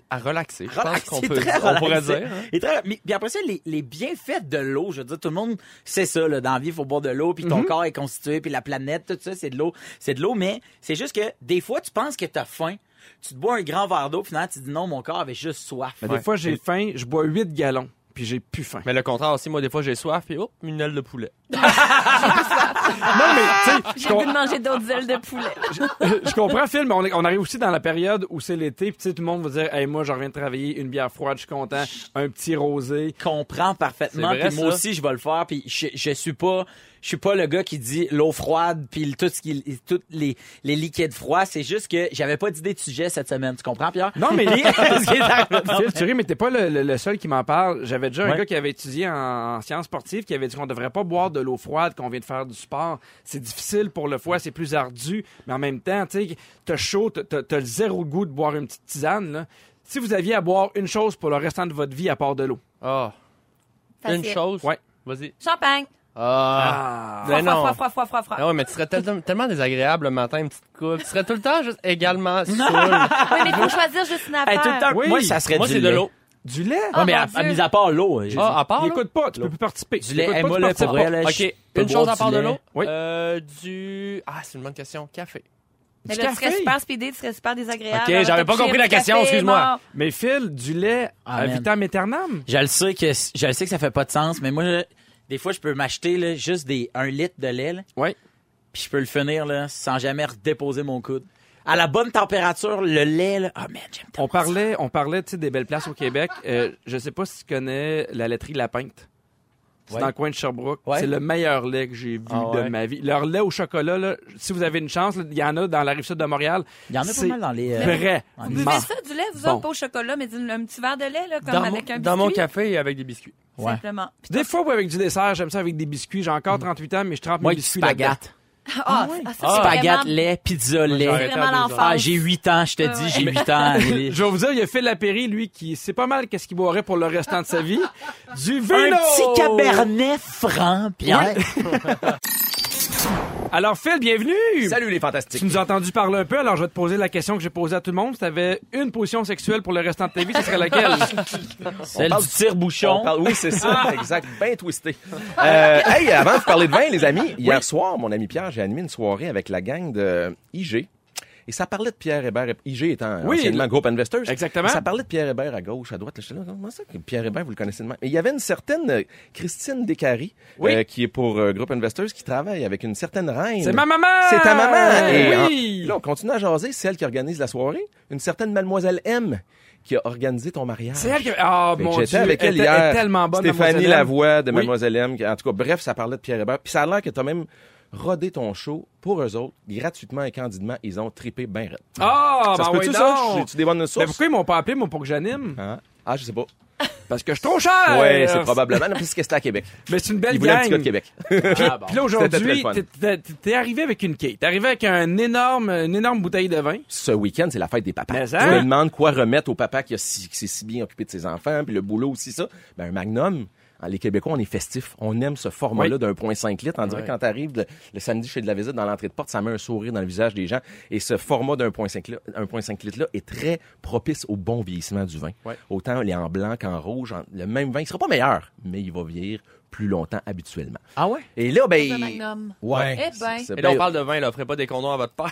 Speaker 6: À relaxer, je pense
Speaker 7: Relaxé,
Speaker 6: qu'on peut,
Speaker 7: Ah, très
Speaker 6: on pourrait
Speaker 7: relaxé.
Speaker 6: dire. hein.
Speaker 7: Et très- mais, puis après ça, les, les bienfaits de l'eau, je veux dire, tout le monde sait ça, là, dans la vie, il faut boire de l'eau, puis
Speaker 6: Mhm.
Speaker 7: ton corps est constitué, puis la planète, tout ça, c'est de l'eau. C'est de l'eau, mais c'est juste que des fois, tu penses que t'as faim, tu te bois un grand verre d'eau, puis finalement, tu te dis non, mon corps avait juste soif.
Speaker 3: ben, des fois, j'ai faim, je bois 8 gallons puis j'ai plus faim.
Speaker 6: Mais le contraire aussi, moi, des fois, j'ai soif, puis hop, une aile de poulet.
Speaker 3: Ah! non, mais, tu sais,
Speaker 4: J'ai
Speaker 3: je
Speaker 4: le
Speaker 3: com-
Speaker 4: goût de manger d'autres ailes de poulet.
Speaker 3: [laughs] je comprends, Phil, mais on, est- on arrive aussi dans la période où c'est l'été, puis tu sais, tout le monde va dire, hey, moi, je reviens de travailler, une bière froide, je suis content, un petit rosé.
Speaker 7: comprends parfaitement
Speaker 6: C'est vrai,
Speaker 7: puis moi
Speaker 6: ça.
Speaker 7: aussi je vais le faire puis je, je suis pas je suis pas le gars qui dit l'eau froide puis le- tout ce qui toutes les les liquides froids c'est juste que j'avais pas d'idée de sujet cette semaine tu comprends Pierre
Speaker 3: Non, mais- [laughs]
Speaker 7: Puis, ce qui est arrivé-
Speaker 3: Phil, tu ris, mais t'es pas le, le- le seul qui m'en parle. J'avais déjà un
Speaker 7: Ouais.
Speaker 3: gars qui avait étudié en, en sciences sportives qui avait dit qu'on devrait pas boire de l'eau froide qu'on vient de faire du sport. C'est difficile pour le foie, c'est plus ardu, mais en même temps, tu sais, t'as chaud, t'as- t'as t'as le zéro goût de boire une petite tisane, là. Si vous aviez à boire une chose pour le restant de votre vie à part de l'eau.
Speaker 6: Ah, une
Speaker 4: Facile.
Speaker 6: chose.
Speaker 3: Ouais.
Speaker 6: Vas-y.
Speaker 4: Champagne.
Speaker 3: Ah.
Speaker 6: Ah.
Speaker 4: froid,
Speaker 6: Mais non.
Speaker 4: froid, froid, froid, froid, froid.
Speaker 6: Ah ouais, mais tu serais tellement, tellement désagréable le matin, une petite coupe. Tu serais tout le temps juste [laughs] également saoul.
Speaker 4: Oui, mais faut choisir juste une affaire.
Speaker 7: Hey, tout le temps,
Speaker 3: Oui.
Speaker 7: moi ça serait
Speaker 6: Moi,
Speaker 7: du
Speaker 6: c'est de
Speaker 7: lait.
Speaker 6: l'eau.
Speaker 3: Du lait?
Speaker 4: Ah,
Speaker 7: Ouais, mais
Speaker 4: mon
Speaker 7: à, à
Speaker 4: Dieu.
Speaker 7: mis à part l'eau. j'ai dit.
Speaker 6: Ah, à part,
Speaker 3: Il
Speaker 6: là?
Speaker 3: écoute pas, tu peux plus participer.
Speaker 7: Du lait,
Speaker 3: Écoute
Speaker 7: hey,
Speaker 3: pas,
Speaker 7: moi,
Speaker 3: tu
Speaker 7: là,
Speaker 3: participes
Speaker 7: pour vrai,
Speaker 3: pas.
Speaker 7: là, je
Speaker 6: OK,
Speaker 7: peux
Speaker 6: une
Speaker 7: boire
Speaker 6: chose à
Speaker 7: du
Speaker 6: part de
Speaker 7: lait.
Speaker 6: l'eau.
Speaker 3: Oui.
Speaker 6: Euh, du... Ah, c'est une bonne question. Café.
Speaker 4: Mais
Speaker 3: Du
Speaker 4: là, tu serais
Speaker 3: café.
Speaker 4: super speedé, tu serais super désagréable.
Speaker 6: Ok, j'avais pas compris la question, excuse-moi.
Speaker 3: Mais Phil, du lait à
Speaker 7: Amen.
Speaker 3: vitam aeternam?
Speaker 7: Je le sais que je le sais que ça fait pas de sens, mais moi je- des fois je peux m'acheter là, juste des un litre de lait, là,
Speaker 3: Oui.
Speaker 7: puis je peux le finir là, sans jamais redéposer mon coude. À la bonne température, le lait, là, ah man, j'aime
Speaker 3: On
Speaker 7: tellement
Speaker 3: parlait, on parlait tu sais, des belles places au Québec. Euh, je sais pas si tu connais la laiterie La Pinte. C'est
Speaker 7: Ouais.
Speaker 3: dans le coin de Sherbrooke.
Speaker 7: Ouais.
Speaker 3: C'est le meilleur lait que j'ai vu
Speaker 7: Ah ouais.
Speaker 3: de ma vie. Leur lait au chocolat, là, si vous avez une chance, là, il y en a dans la rive sud de Montréal.
Speaker 7: Il y en a pas
Speaker 3: C'est
Speaker 7: mal dans les. euh,
Speaker 4: Vous buvez
Speaker 3: Vraiment.
Speaker 4: ça, du lait, vous
Speaker 3: Bon.
Speaker 4: autres, pas au chocolat, mais du- un petit verre de lait, là, comme
Speaker 6: Dans,
Speaker 4: avec un
Speaker 6: mon,
Speaker 4: biscuit.
Speaker 6: dans mon café et avec des biscuits.
Speaker 7: Ouais.
Speaker 4: Simplement. Puis
Speaker 3: Des fois, oui, avec du dessert, j'aime ça avec des biscuits. J'ai encore 38 ans, mais je trempe
Speaker 7: Moi,
Speaker 3: mes
Speaker 7: avec du
Speaker 3: biscuits
Speaker 7: spaghette.
Speaker 4: t'as- Ah, ah, ça, c'est
Speaker 7: Spaghette,
Speaker 4: vraiment-
Speaker 7: lait, pizza, lait.
Speaker 6: j'arrête.
Speaker 4: C'est vraiment
Speaker 6: Ah,
Speaker 4: l'enfance.
Speaker 7: Ah, j'ai 8 ans, je te dis, j'ai
Speaker 3: [laughs]
Speaker 7: 8 ans. Anneli.
Speaker 3: Je vais vous dire, il a fait Lapéry, lui, qui c'est pas mal qu'est-ce qu'il boirait pour le restant de sa vie. Du vino!
Speaker 7: Un petit cabernet franc, hein, Pierre.
Speaker 3: Alors, Phil, bienvenue!
Speaker 5: Salut les fantastiques.
Speaker 3: Tu nous as entendu parler un peu, alors je vais te poser la question que j'ai posée à tout le monde. Si t'avais une position sexuelle pour le restant de ta vie, ce serait
Speaker 5: [laughs]
Speaker 3: laquelle?
Speaker 7: Celle
Speaker 5: parle-
Speaker 7: du tire-bouchon.
Speaker 5: On parle- oui, c'est
Speaker 3: Ah.
Speaker 5: ça, exact, bien
Speaker 3: [laughs]
Speaker 5: twisté. Euh, hey, avant de vous parler de vin, les amis, hier soir, mon ami Pierre, j'ai animé une soirée avec la gang de IG. Et ça parlait de Pierre Hébert. IG étant
Speaker 3: Oui,
Speaker 5: anciennement Groupe Investors.
Speaker 3: Exactement.
Speaker 5: Ça parlait de Pierre Hébert à gauche, à droite. Là, j'étais là, comment ça que Pierre Hébert, vous le connaissez de même? Mais il y avait une certaine euh, Christine Descaries,
Speaker 3: Oui.
Speaker 5: euh, qui est pour euh, Groupe Investors, qui travaille avec une certaine reine.
Speaker 3: C'est ma maman! Eh
Speaker 5: C'est ta maman! Et
Speaker 3: Ah, Oui!
Speaker 5: en- là, on continue à jaser. C'est elle qui organise la soirée. Une certaine Mademoiselle M qui a organisé ton mariage.
Speaker 3: C'est elle qui... Ah,
Speaker 5: Fait que
Speaker 3: mon Dieu!
Speaker 5: J'étais avec elle
Speaker 3: était-
Speaker 5: hier.
Speaker 3: est tellement bonne,
Speaker 5: Stéphanie
Speaker 3: mademoiselle. hein?
Speaker 5: Lavoie de
Speaker 3: Oui.
Speaker 5: Mademoiselle M. En tout cas, bref, ça parlait de Pierre Hébert. Puis ça a l'air que t'as même rodé ton show pour eux autres, gratuitement et candidement. Ils ont trippé bien raide.
Speaker 3: Ah,
Speaker 5: ça
Speaker 3: ben
Speaker 5: se
Speaker 3: oui, Ben,
Speaker 5: peut-tu, ça?
Speaker 3: donc.
Speaker 5: J'ai-tu des bonnes
Speaker 3: Mais
Speaker 5: sources?
Speaker 3: pourquoi ils m'ont pas appelé, moi, pour que j'anime?
Speaker 5: Hein? Ah, je sais pas.
Speaker 3: Parce que je suis trop cher!
Speaker 5: Ouais, c'est
Speaker 3: Euh,
Speaker 5: probablement. Non, parce que c'était à Québec.
Speaker 3: Mais c'est une belle
Speaker 5: Ils voulaient un petit
Speaker 3: gang.
Speaker 5: gars de Québec.
Speaker 7: Ah, bon.
Speaker 3: Puis là,
Speaker 5: C'était
Speaker 3: aujourd'hui,
Speaker 5: très fun.
Speaker 3: t'es- t'es- t'es- t'es arrivé avec une quai. T'es arrivé avec un énorme, une énorme bouteille de vin.
Speaker 5: Ce week-end, c'est la fête des papas.
Speaker 3: Mais
Speaker 5: Tu
Speaker 3: hein?
Speaker 5: me demandes quoi remettre au papa qui, a si- qui s'est si bien occupé de ses enfants, puis le boulot aussi, ça. Ben, un magnum. Ah, Les Québécois, on est festifs. On aime ce format-là
Speaker 3: Oui.
Speaker 5: d'un point cinq litres. On dirait que quand t'arrives le, le samedi chez de la visite dans l'entrée de porte, ça met un sourire dans le visage des gens. Et ce format d'un point cinq litres, un point cinq litres là est très propice au bon vieillissement du vin. Autant les en blanc qu'en rouge, en- le même vin, il sera pas meilleur, mais il va vieillir plus longtemps habituellement.
Speaker 7: Ah ouais?
Speaker 5: Et là, ben,
Speaker 4: Dans un
Speaker 5: il-
Speaker 4: magnum.
Speaker 5: ouais.
Speaker 4: Eh ben.
Speaker 5: C'est-
Speaker 6: Et là, on
Speaker 5: ben,
Speaker 6: parle de vin, là. Offrez pas des condoms à votre père.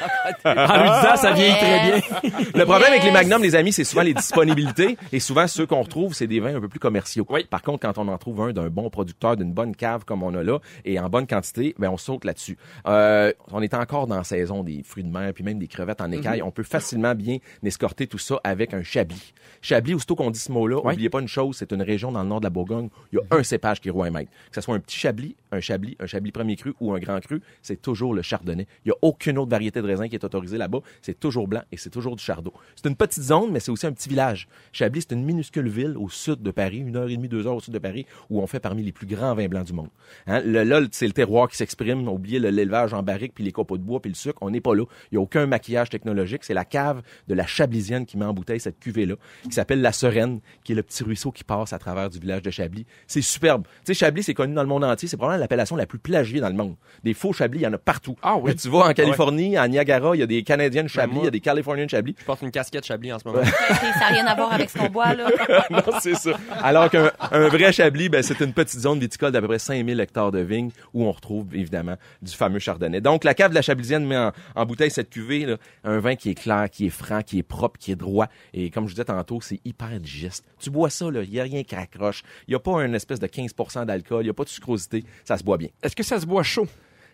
Speaker 7: Ah
Speaker 3: En lui disant, ça
Speaker 4: Ah,
Speaker 3: vieillit très bien.
Speaker 5: Le problème avec les
Speaker 4: Yes.
Speaker 5: magnums, les amis, c'est souvent les disponibilités et souvent ceux qu'on retrouve, c'est des vins un peu plus commerciaux.
Speaker 3: Oui.
Speaker 5: Par contre, quand on en trouve un d'un bon producteur, d'une bonne cave comme on a là et en bonne quantité, ben on saute là-dessus. Euh, on est encore dans la saison des fruits de mer puis même des crevettes en écailles. On peut facilement bien escorter tout ça avec un chablis. Chablis, aussitôt qu'on dit ce mot-là,
Speaker 3: Oui.
Speaker 5: oubliez pas une chose, c'est une région dans le nord de la Bourgogne. Il y a un cépage qui roule un maître. Que ce soit un petit chablis, un chablis, un chablis premier cru ou un grand cru, c'est toujours le chardonnay. Il n'y a aucune autre variété de raisin qui est autorisée là-bas. C'est toujours blanc et c'est toujours du chardot. C'est une petite zone, mais c'est aussi un petit village. Chablis, c'est une minuscule ville au sud de Paris, une heure et demie, deux heures au sud de Paris, où on fait parmi les plus grands vins blancs du monde. Hein? Le, là, c'est le terroir qui s'exprime. Oubliez le- l'élevage en barrique, puis les copeaux de bois, puis le sucre. On n'est pas là. Il n'y a aucun maquillage technologique. C'est la cave de la Chablisienne qui met en bouteille cette cuvée-là, qui s'appelle la Sereine, qui est le petit ruisseau qui passe à travers du village de Chablis. C'est superbe. Tu sais, Chablis, c'est connu dans le monde entier. C'est probablement l'appellation la plus plagiée dans le monde. Des faux Chablis, il y en a partout.
Speaker 3: Ah Ben oui.
Speaker 5: Mais tu vas en Californie, en Niagara, il y a des Canadiennes Chablis, il y a des Californiennes Chablis.
Speaker 6: Je porte une casquette Chablis en ce moment.
Speaker 4: Ça n'a rien à voir avec ce qu'on boit, là.
Speaker 5: [laughs] non, c'est ça. Alors qu'un un vrai Chablis, ben, c'est une petite zone viticole d'à peu près 5000 hectares de vignes où on retrouve évidemment du fameux chardonnay. Donc la cave de la Chablisienne met en, en bouteille cette cuvée, là, un vin qui est clair, qui est franc, qui est propre, qui est droit. Et comme je disais tantôt, c'est hyper digeste. Tu bois ça, il n'y a rien qui accroche. Il n'y a pas une espèce de 15 d'alcool, il n'y a pas de sucrosité. Ça se boit bien.
Speaker 3: Est-ce que ça se boit chaud?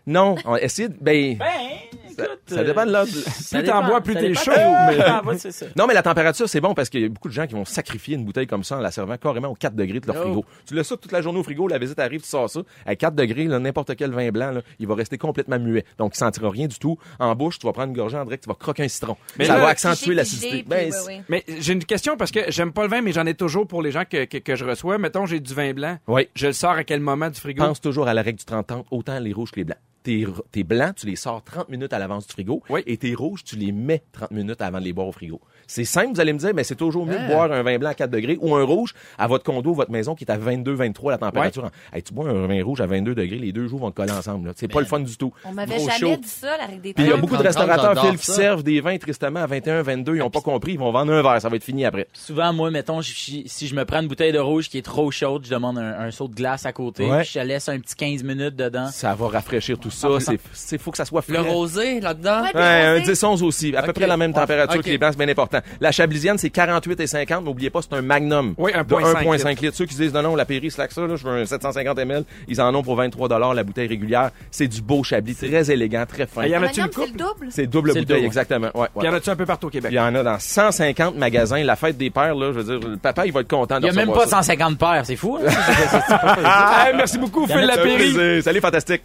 Speaker 5: Non, on essaie de... Ben, ça dépend de l'autre.
Speaker 3: euh, Plus t'en bois, plus t'es chaud.
Speaker 7: Ah, ouais, c'est ça.
Speaker 5: Non, mais la température, c'est bon parce qu'il y a beaucoup de gens qui vont sacrifier une bouteille comme ça en la servant carrément aux 4 degrés de leur frigo. Tu laisses ça toute la journée au frigo, la visite arrive, tu sors ça. À 4 degrés, là, n'importe quel vin blanc, là, il va rester complètement muet. Donc, il sentira rien du tout. En bouche, tu vas prendre une gorgée en direct, tu vas croquer un citron.
Speaker 3: Mais
Speaker 5: ça
Speaker 3: là,
Speaker 5: va
Speaker 4: J'ai
Speaker 5: accentuer
Speaker 4: pigé,
Speaker 5: l'acidité.
Speaker 4: puis
Speaker 5: Ben,
Speaker 4: oui,
Speaker 5: c'est-
Speaker 4: oui.
Speaker 3: Mais j'ai une question parce que j'aime pas le vin, mais j'en ai toujours pour les gens que, que, que je reçois. Mettons, j'ai du vin blanc.
Speaker 5: Oui.
Speaker 3: Je le sors à quel moment du frigo?
Speaker 5: Pense toujours à la règle du 30-30, autant les rouges que les blancs. Tes, r- tes blancs, tu les sors 30 minutes à l'avance du frigo.
Speaker 3: Oui.
Speaker 5: Et tes rouges, tu les mets 30 minutes avant de les boire au frigo. C'est simple, vous allez me dire, mais c'est toujours mieux de boire un vin blanc à 4 degrés ou un rouge à votre condo, votre maison qui est à 22, 23 la température. Hey, tu bois un vin rouge à 22 degrés, les deux jours vont te coller ensemble. là. C'est pas le fun du tout.
Speaker 4: On m'avait
Speaker 5: Trop
Speaker 4: jamais
Speaker 5: chaud.
Speaker 4: dit ça, la règle des
Speaker 5: Puis il y a
Speaker 4: temps.
Speaker 5: beaucoup de
Speaker 6: 30, 30,
Speaker 5: restaurateurs, Phil,
Speaker 6: j'adore
Speaker 5: qui
Speaker 6: ça.
Speaker 5: servent des vins tristement à 21, 22. Ils ont pas compris. Ils vont vendre un verre. Ça va être fini après.
Speaker 7: Souvent, moi, mettons, je- si si je me prends une bouteille de rouge qui est trop chaude, je demande un, un seau de glace à côté,
Speaker 5: Ouais.
Speaker 7: puis je te laisse un petit 15 minutes dedans.
Speaker 5: Ça va rafraîchir tout tout Ah, ça. C'est, c'est faut que ça soit frais.
Speaker 6: Le rosé, là-dedans?
Speaker 4: Ouais,
Speaker 5: Ouais, un 10-11 aussi, à peu
Speaker 6: Ok.
Speaker 5: près la même température
Speaker 6: Ok.
Speaker 5: que les blancs, c'est bien important. La chablisienne, c'est 48 et 50. N'oubliez pas, c'est un magnum
Speaker 3: Oui, un
Speaker 5: de
Speaker 3: point cinq
Speaker 5: 1,5 litres. Ceux qui se disent, non, non, la Péri, slack ça, là, je veux un 750 ml, ils en ont pour 23 la bouteille régulière. C'est du beau chablis, très élégant, très fin.
Speaker 3: Il Ben, y en a-tu
Speaker 4: Magnum,
Speaker 3: une
Speaker 4: Ah, c'est le
Speaker 3: coupe?
Speaker 4: double?
Speaker 5: C'est double
Speaker 3: C'est le
Speaker 5: bouteille,
Speaker 3: double.
Speaker 5: exactement. Ouais, ouais.
Speaker 3: Il y en a-tu un peu partout au Québec?
Speaker 5: Il y en a dans 150 magasins. La fête des pères, là, je veux dire, le papa, il va être content de
Speaker 7: Il n'y a même pas
Speaker 5: recevoir ça.
Speaker 7: 150 paires, c'est
Speaker 4: [laughs]
Speaker 7: fou. hein?
Speaker 5: Ah, hey, merci beaucoup,
Speaker 7: Il y en a
Speaker 5: Phil
Speaker 7: qui-
Speaker 5: Lapéry. Salut, fantastique.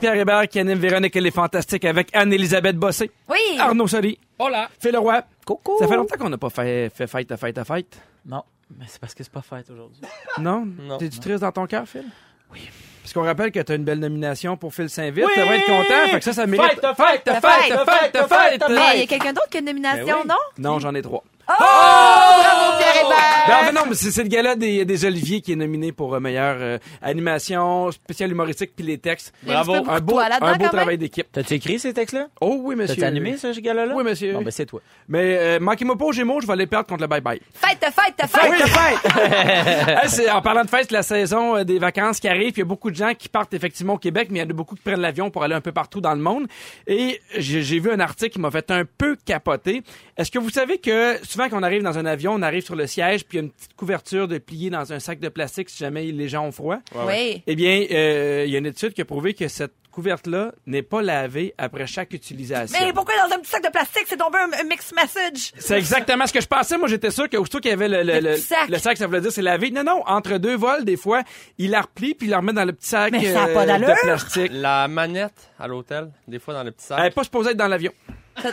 Speaker 3: Pierre Hébert qui anime Véronique et les Fantastiques avec Anne-Élisabeth Bossé,
Speaker 4: Oui.
Speaker 3: Arnaud Soli,
Speaker 6: Hola!
Speaker 3: Phil Leroy.
Speaker 7: Coucou.
Speaker 3: Ça fait longtemps qu'on n'a pas fait, fait fête à fête à fête.
Speaker 7: Non, mais c'est parce que c'est pas fête aujourd'hui.
Speaker 3: Non?
Speaker 6: Non.
Speaker 3: T'es-tu triste dans ton cœur, Phil? Oui. Parce qu'on rappelle que t'as une belle nomination pour Phil Saint-Vite. Ça va être content. Fait que ça, ça mérite.
Speaker 7: Fête, fête, fête, fête, fête, fête.
Speaker 4: Mais il y a quelqu'un d'autre qui a une nomination, non?
Speaker 3: Non, j'en ai trois.
Speaker 4: Bravo, Pierre Hébert!
Speaker 3: Non, mais non, mais c'est c'est le gala des, des Oliviers qui est nominé pour euh, meilleure euh, animation, spéciale humoristique, puis les textes.
Speaker 4: Il y a un petit peu beaucoup
Speaker 3: Un
Speaker 4: de
Speaker 3: beau,
Speaker 4: toi là-dedans,
Speaker 3: un beau
Speaker 4: quand
Speaker 3: travail d'équipe.
Speaker 7: T'as-tu écrit ces textes-là?
Speaker 3: Oh oui, monsieur.
Speaker 7: T'as-tu animé ce gala-là?
Speaker 3: Oui, monsieur.
Speaker 7: Bon, ben c'est toi.
Speaker 3: Mais euh, manquez-moi pas aux Gémeaux, je vais les perdre contre le bye-bye.
Speaker 4: Fête, fête, fête! fête. [laughs]
Speaker 3: Hey, c'est- en parlant de fête, c'est la saison euh, des vacances qui arrive. puis Il y a beaucoup de gens qui partent effectivement au Québec, mais il y en a beaucoup qui prennent l'avion pour aller un peu partout dans le monde. Et j'ai j'ai vu un article qui m'a fait un peu capoter. Est-ce que vous savez que souvent quand on arrive dans un avion, on arrive sur le siège, puis il y a une petite couverture de plier dans un sac de plastique si jamais les gens ont froid?
Speaker 4: Ah, Oui.
Speaker 3: Eh bien, euh, il y a une étude qui a prouvé que cette couverte-là n'est pas lavée après chaque utilisation.
Speaker 2: Mais pourquoi dans un petit sac de plastique, c'est tombé un, un mix message?
Speaker 3: C'est exactement ce que je pensais. Moi, j'étais sûr qu'aussitôt qu'il y avait le, le,
Speaker 4: Le petit sac.
Speaker 3: le sac, ça voulait dire c'est lavé. Non, non, entre deux vols, des fois, il la replie puis il la remet dans le petit sac euh,
Speaker 2: Mais ça a pas d'allure.
Speaker 3: de plastique.
Speaker 6: La manette à l'hôtel, des fois dans le petit
Speaker 3: Elle est
Speaker 6: sac.
Speaker 3: pas supposée être dans l'avion.
Speaker 2: Ça-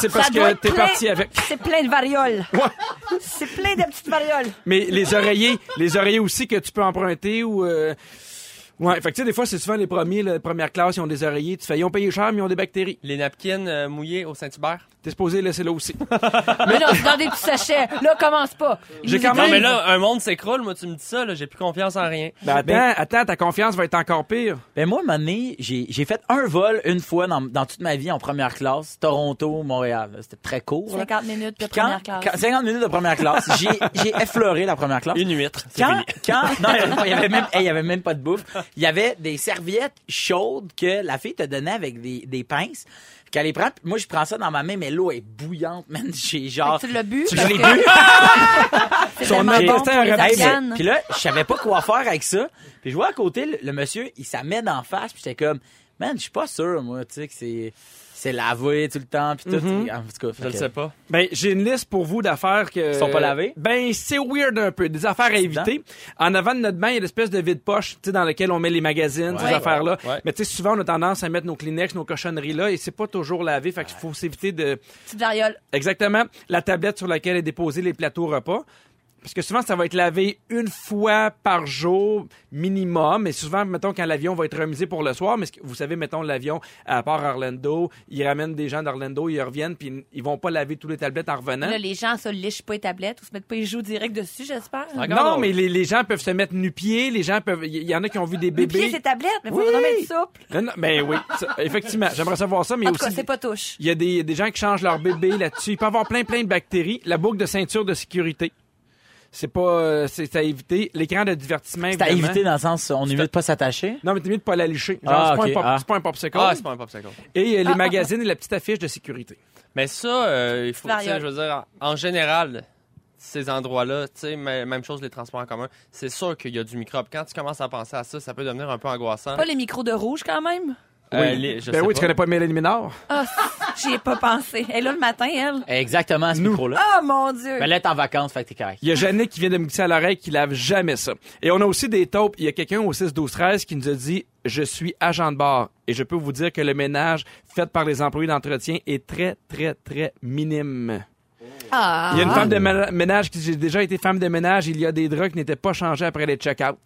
Speaker 3: C'est parce
Speaker 2: ça doit
Speaker 3: que
Speaker 2: être
Speaker 3: t'es
Speaker 2: plein-
Speaker 3: parti avec.
Speaker 2: C'est plein de varioles. C'est plein de petites varioles.
Speaker 3: Mais les oreillers, les oreillers aussi que tu peux emprunter ou. euh, Ouais, fait que tu sais, des fois, c'est souvent les premiers, la première classe, ils ont des oreillers. Tu fais, ils ont payé cher, mais ils ont des bactéries.
Speaker 6: Les napkins euh, mouillés au Saint-Hubert.
Speaker 3: T'es supposé laisser là aussi.
Speaker 4: [laughs] Mais non, c'est dans des petits sachets. Là, commence pas. Il
Speaker 3: J'ai
Speaker 4: nous
Speaker 3: quand
Speaker 4: dit-
Speaker 6: Non,
Speaker 3: même-
Speaker 6: mais là, un monde s'écroule, moi, tu me dis ça, là, j'ai plus confiance en rien.
Speaker 3: Ben, attends, attends, ta confiance va être encore pire.
Speaker 7: Ben moi, à un moment donné, j'ai j'ai fait un vol une fois dans, dans toute ma vie en première classe, Toronto, Montréal. là. C'était très court. là.
Speaker 4: 50 minutes de
Speaker 7: Puis quand-
Speaker 4: première classe.
Speaker 7: quand- 50 minutes de première classe. J'ai j'ai effleuré la première classe.
Speaker 6: Une huître. c'est
Speaker 7: Quand,
Speaker 6: fini.
Speaker 7: quand, [laughs] non, il y avait- il y avait même, hey, il y avait même pas de bouffe. Il y avait des serviettes chaudes que la fille te donnait avec des, des pinces. Qu'elle les prend, puis moi, je prends ça dans ma main, mais l'eau est bouillante, man. [laughs] J'ai genre.
Speaker 4: Fait que tu l'as bu.
Speaker 7: Ah. Tu- je
Speaker 4: parce
Speaker 7: l'ai
Speaker 4: que-
Speaker 7: bu.
Speaker 4: [laughs] C'est
Speaker 3: Son
Speaker 4: tellement bon
Speaker 3: intestin
Speaker 4: pour les
Speaker 3: aurait-
Speaker 7: Hey,
Speaker 4: organes.
Speaker 7: puis- Puis là, je savais pas quoi faire avec ça. Puis je vois à côté, le, le monsieur, il s'amène en face, puis j'étais comme, man, je suis pas sûr, moi, tu sais, que c'est, c'est lavé tout le temps, puis tout. En tout cas, fait
Speaker 6: Je le
Speaker 7: que-
Speaker 6: sais pas.
Speaker 3: Ben, j'ai une liste pour vous d'affaires que.
Speaker 7: Ils sont pas lavés?
Speaker 3: Ben, c'est weird un peu. Des affaires à éviter. En avant de notre bain, il y a l'espèce de vide-poche, tu sais, dans lequel on met les magazines, ces
Speaker 7: Ouais.
Speaker 3: affaires-là.
Speaker 6: Ouais.
Speaker 3: Mais tu sais, souvent, on a tendance à mettre nos Kleenex, nos cochonneries-là, et c'est pas toujours lavé. Fait qu'il faut s'éviter de.
Speaker 4: Petite variole.
Speaker 3: Exactement. La tablette sur laquelle est déposé les plateaux repas. Parce que souvent, ça va être lavé une fois par jour minimum. Et souvent, mettons, quand l'avion va être remisé pour le soir, mais ce que- vous savez, mettons, l'avion, à part Orlando, ils ramènent des gens d'Orlando, ils reviennent, puis ils vont pas laver tous les tablettes en revenant.
Speaker 4: Là, les gens se lichent pas les tablettes ou se mettent pas les joues direct dessus, j'espère.
Speaker 6: Encore
Speaker 3: Non,
Speaker 6: drôle.
Speaker 3: mais les, les gens peuvent se mettre nu-pieds, les gens peuvent. Il y, y en a qui ont vu des
Speaker 2: Les pieds,
Speaker 3: bébés.
Speaker 2: c'est tablette, mais faut
Speaker 3: Oui.
Speaker 2: vraiment être souple.
Speaker 3: Non, non, ben oui, ça, effectivement. J'aimerais savoir ça, mais
Speaker 4: En tout cas,
Speaker 3: aussi.
Speaker 4: c'est pas touche.
Speaker 3: Il y a des, des gens qui changent leur bébé là-dessus. Il peut y avoir plein, plein de bactéries. La boucle de ceinture de sécurité. C'est pas. euh, c'est à éviter. L'écran de divertissement.
Speaker 7: C'est à
Speaker 3: évidemment.
Speaker 7: éviter dans le sens, on évite pas s'attacher.
Speaker 3: Non, mais t'es mieux de pas la licher. Genre,
Speaker 7: Ah,
Speaker 3: c'est, pas
Speaker 7: ok,
Speaker 3: un pop-
Speaker 7: ah.
Speaker 3: c'est pas un popsicle.
Speaker 6: Ah, c'est pas un popsicle.
Speaker 3: Et euh, les magazines et la petite affiche de sécurité.
Speaker 6: Mais ça, euh, il faut, tu sais,
Speaker 4: Variole.
Speaker 6: je veux dire, en en général, ces endroits-là, tu sais, mê- même chose les transports en commun, c'est sûr qu'il y a du microbe. Quand tu commences à penser à ça, ça peut devenir un peu angoissant.
Speaker 4: Pas les micros de rouge, quand même.
Speaker 6: Euh, les- je
Speaker 3: ben
Speaker 6: sais
Speaker 3: oui,
Speaker 6: pas.
Speaker 3: tu connais pas Mélanie Minard?
Speaker 4: Ah, c- j'y ai pas pensé. Elle est là le matin, elle.
Speaker 7: Exactement, ce micro-là.
Speaker 4: Oh mon Dieu!
Speaker 7: Mais Ah! Ben, là, t'es en vacances, fait que t'es correct.
Speaker 3: Il y a Jeannick qui vient de me glisser à l'oreille qui lave jamais ça. Et on a aussi des taupes. Il y a quelqu'un au 6-12-13 qui nous a dit « Je suis agent de bord et je peux vous dire que le ménage fait par les employés d'entretien est très, très, très minime.
Speaker 4: Ah.
Speaker 3: Il y a une femme de ména- ménage qui dit « J'ai déjà été femme de ménage. Il y a des draps qui n'étaient pas changés après les check-out.